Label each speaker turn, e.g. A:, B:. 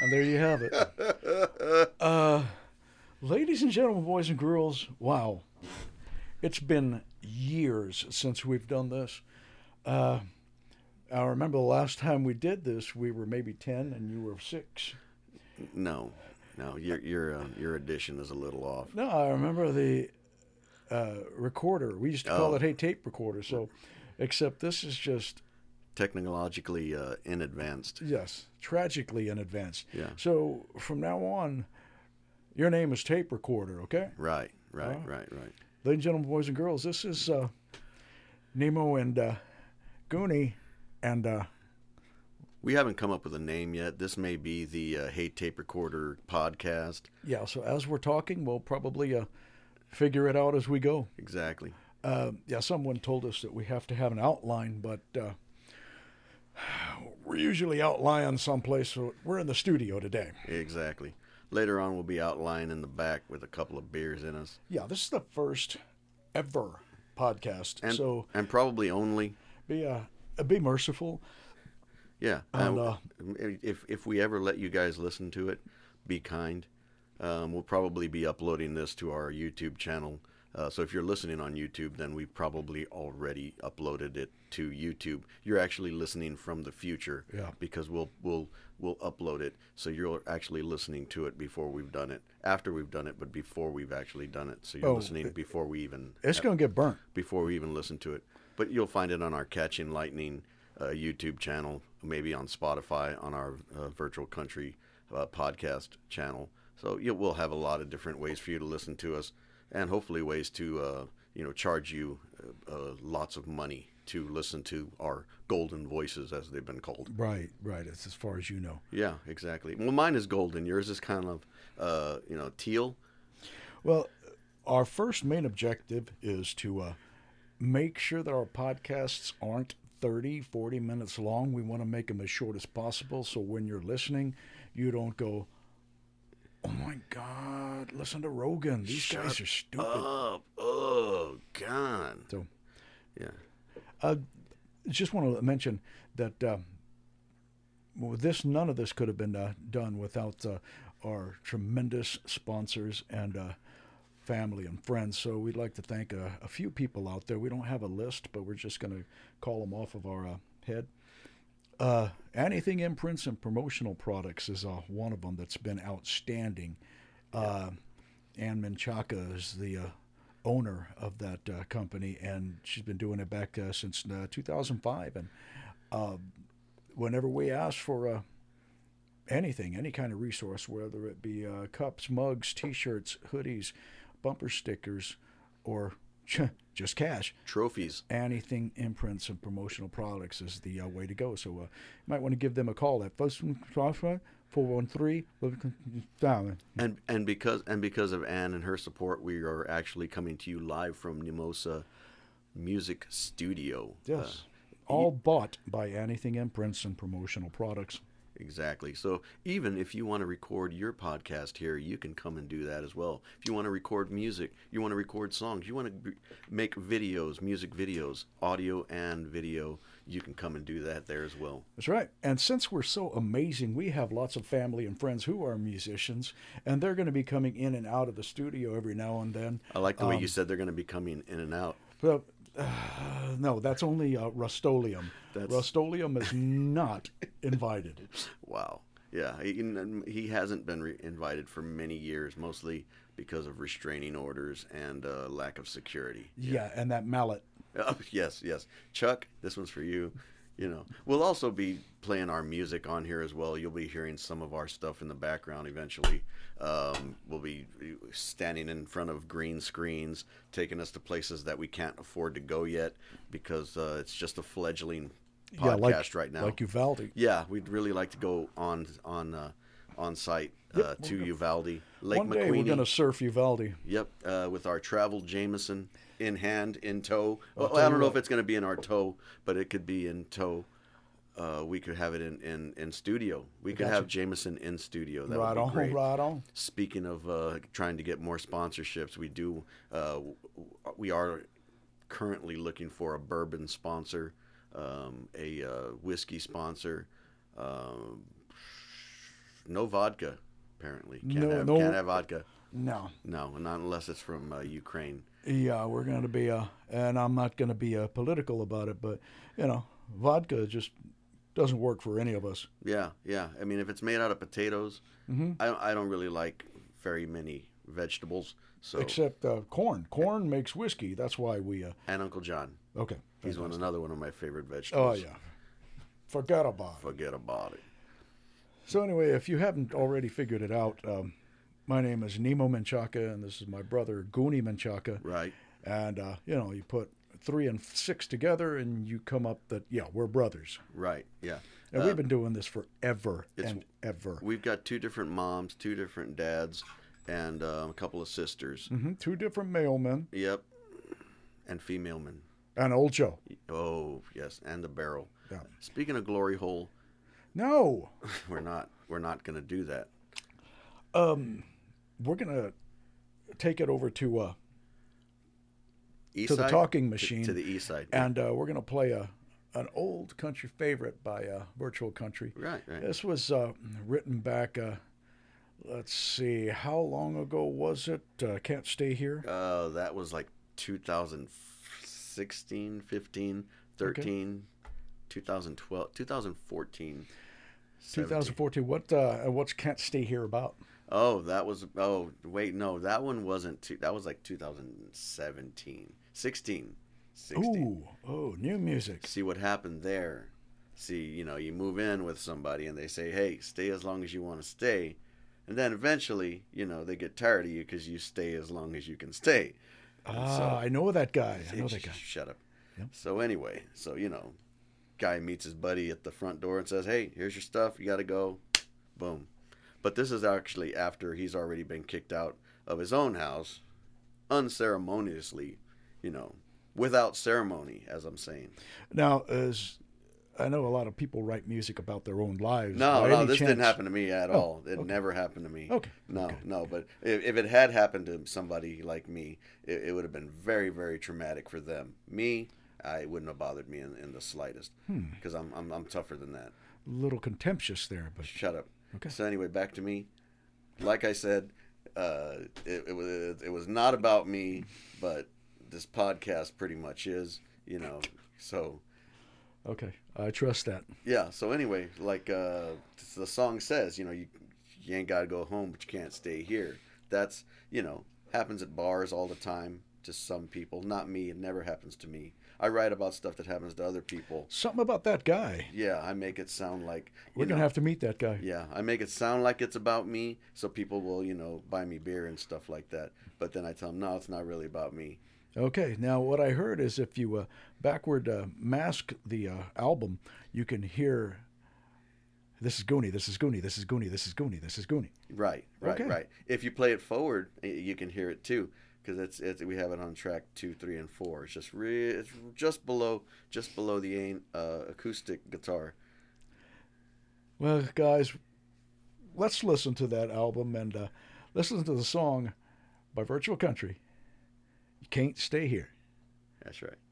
A: And there you have it. Uh, ladies and gentlemen, boys and girls, wow. It's been years since we've done this. Uh, I remember the last time we did this, we were maybe 10 and you were six.
B: No, no, your your uh, your edition is a little off.
A: No, I remember the uh, recorder. We used to call
B: Oh.
A: it Hey Tape Recorder. So, except this is just,
B: Technologically uh, in advanced.
A: yes, tragically in advance.
B: Yeah.
A: So, from now on, your name is Tape Recorder, okay?
B: Right, right,
A: Oh.
B: right, right.
A: Ladies and gentlemen, boys and girls, this is uh, Nemo and uh, Goonie and uh,
B: We haven't come up with a name yet. This may be the uh, Hey Tape Recorder podcast.
A: Yeah, so as we're talking, we'll probably uh, figure it out as we go.
B: Exactly.
A: Uh, yeah, someone told us that we have to have an outline, but uh, we're usually outlying someplace, so we're in the studio today.
B: Exactly. Later on, we'll be out lying in the back with a couple of beers in us,
A: Yeah, this is the first ever podcast,
B: and
A: so
B: and probably only.
A: be uh, be merciful.
B: Yeah.
A: And,
B: uh, if if we ever let you guys listen to it, be kind. Um, we'll probably be uploading this to our YouTube channel. Uh, so if you're listening on YouTube, then we've probably already uploaded it to YouTube. You're actually listening from the future,
A: Yeah.
B: Because we'll we'll we'll upload it, so you're actually listening to it before we've done it, after we've done it, but before we've actually done it. So you're
A: Oh,
B: listening before we even
A: It's going to get burnt.
B: before we even listen to it. But you'll find it on our Catching Lightning uh, YouTube channel, maybe on Spotify, on our uh, Virtual Country uh, podcast channel. So you we'll have a lot of different ways for you to listen to us, and hopefully ways to uh, you know charge you uh, uh, lots of money to listen to our golden voices, as they've been called.
A: Right, right. It's as far as you know.
B: Yeah, exactly. Well, mine is golden. Yours is kind of uh, you know teal.
A: Well, our first main objective is to uh, make sure that our podcasts aren't 30, 40 minutes long. We want to make them as short as possible so when you're listening, you don't go, oh my God, listen to Rogan. These guys are stupid.
B: Oh, oh, God.
A: So-
B: yeah.
A: Uh, Just want to mention that um, well, this none of this could have been uh, done without uh, our tremendous sponsors and uh, family and friends. So we'd like to thank uh, a few people out there. We don't have a list, but we're just going to call them off of our uh, head. Uh, anything imprints and promotional products is uh, one of them that's been outstanding. Uh, Ann Menchaca is the uh, owner of that uh, company, and she's been doing it back uh, since uh, 2005. And um, whenever we ask for uh, anything, any kind of resource, whether it be uh, cups, mugs, T-shirts, hoodies, bumper stickers, or just cash,
B: Trophies.
A: anything imprints and promotional products is the uh, way to go. So uh, you might want to give them a call at first four one three.
B: And and because and because of Anne and her support, we are actually coming to you live from Nemosa Music Studio.
A: Yes.
B: Uh,
A: All bought by anything imprints and promotional products.
B: exactly. So even if you want to record your podcast here, you can come and do that as well. If you want to record music, you want to record songs, you want to b- make videos, music videos, audio and video, you can come and do that there as well.
A: That's right. And since we're so amazing, we have lots of family and friends who are musicians, and they're going to be coming in and out of the studio every now and then.
B: I like the way you said they're going to be coming in and out.
A: But, uh, no, that's only uh, Rustolium.
B: That's-
A: Rustolium is not invited.
B: Wow. Yeah, he, n- he hasn't been re- invited for many years, mostly because of restraining orders and uh, lack of security.
A: yeah, and that mallet.
B: Uh, yes, yes. Chuck, this one's for you. You know, we'll also be playing our music on here as well. You'll be hearing some of our stuff in the background eventually. Um, we'll be standing in front of green screens, taking us to places that we can't afford to go yet because uh, it's just a fledgling podcast
A: yeah, like,
B: right now.
A: Like Uvalde.
B: Yeah, we'd really like to go on on uh, on site uh, to Uvalde, Lake
A: One day we're
B: McQueenie.
A: going to surf Uvalde.
B: Yep, uh, with our travel Jameson in hand, in tow. Well, I don't know if it's going to be in our tow, but it could be in tow. Uh, we could have it in in, in studio. We could have Jameson in studio. That would
A: Right
B: be
A: on,
B: great.
A: right on.
B: Speaking of uh, trying to get more sponsorships, we do. Uh, w- w- we are currently looking for a bourbon sponsor, um, a uh, whiskey sponsor. Um, no vodka. Apparently, can't
A: No-
B: have
A: no-
B: can't have vodka.
A: No.
B: No, not unless it's from uh, Ukraine.
A: Yeah, we're going to be, uh, and I'm not going to be uh, political about it, but, you know, vodka just doesn't work for any of us.
B: Yeah, yeah. I mean, if it's made out of potatoes,
A: Mm-hmm.
B: I, I don't really like very many vegetables. So
A: Except uh, corn. Corn makes whiskey. That's why we. Uh,
B: and Uncle John,
A: okay.
B: he's one another one of my favorite
A: Oh
B: vegetables.
A: yeah. Forgot about it.
B: forget about it.
A: So anyway, if you haven't already figured it out, um, my name is Nemo Menchaca, and this is my brother Goonie Menchaca.
B: Right?
A: And uh, you know, you put three and six together, and you come up that yeah, we're brothers.
B: Right. Yeah.
A: And we've been doing this forever
B: it's-
A: and ever.
B: We've got two different moms, two different dads, and uh, a couple of sisters.
A: hmm Two different mailmen
B: Yep. And female men.
A: and old Joe.
B: Oh yes, and the barrel.
A: Yeah.
B: Speaking of glory hole,
A: No,
B: we're not we're not gonna do that.
A: Um, we're gonna take it over to uh,
B: East
A: To the
B: side?
A: talking
B: To-
A: machine.
B: to, the east side.
A: and uh, we're gonna play a an old country favorite by uh, Virtual Country.
B: right, right.
A: This was uh, written back. Uh, let's see, how long ago was it? Uh, Can't stay here.
B: Uh, that was like 2016, 15, 13, 2012, 2014.
A: 2014. What? Uh, and what's Can't Stay Here about?
B: Oh, that was oh wait, no, that one wasn't two, that was like 2017, 16. 16.
A: Ooh, oh, new music.
B: See what happened there. See, you know, you move in with somebody and they say, "Hey, stay as long as you want to stay." And then eventually, you know, they get tired of you cuz you stay as long as you can stay. uh,
A: Ah, I know that guy. I know
B: Hey,
A: that
B: sh-
A: guy.
B: sh- Shut up. So anyway, so you know, guy meets his buddy at the front door and says, "Hey, here's your stuff. You gotta go." Boom. But this is actually after he's already been kicked out of his own house, unceremoniously, you know, without ceremony, as I'm saying.
A: Now, as I know, a lot of people write music about their own lives.
B: No,
A: By
B: no,
A: any
B: this didn't
A: chance- Oh,
B: happen to me at all. It never happened to me.
A: Okay,
B: No, no, but if, if it had happened to somebody like me, it, it would have been very, very traumatic for them. Me, I it wouldn't have bothered me in, in the slightest
A: Hmm.
B: because I'm, I'm I'm tougher than that.
A: A little contemptuous there, but
B: Shut up. Okay. So anyway, back to me. Like I said, uh, it, it was it was not about me, but this podcast pretty much is, you know. So
A: okay, I trust that.
B: yeah. So anyway, like uh, the song says, you know, you you ain't gotta go home, but you can't stay here. That's you know happens at bars all the time to some people. Not me. It never happens to me. I write about stuff that happens to other people.
A: Something about that guy.
B: Yeah, I make it sound like you
A: We're gonna
B: know,
A: have to meet that guy.
B: yeah, I make it sound like it's about me, so people will you know buy me beer and stuff like that. But then I tell them, no, it's not really about me.
A: Okay, now what I heard is if you uh, backward uh, mask the uh, album, you can hear this is Goonie, this is Goonie, this is Goonie, this is Goonie, this is Goonie.
B: Right, right,
A: Okay.
B: right. If you play it forward, y- you can hear it too, because it's, it's we have it on track two, three, and four. It's just re, it's just below just below the an- uh, acoustic guitar.
A: Well, guys, let's listen to that album and uh, listen to the song by Virtual Country. You can't stay here.
B: That's right.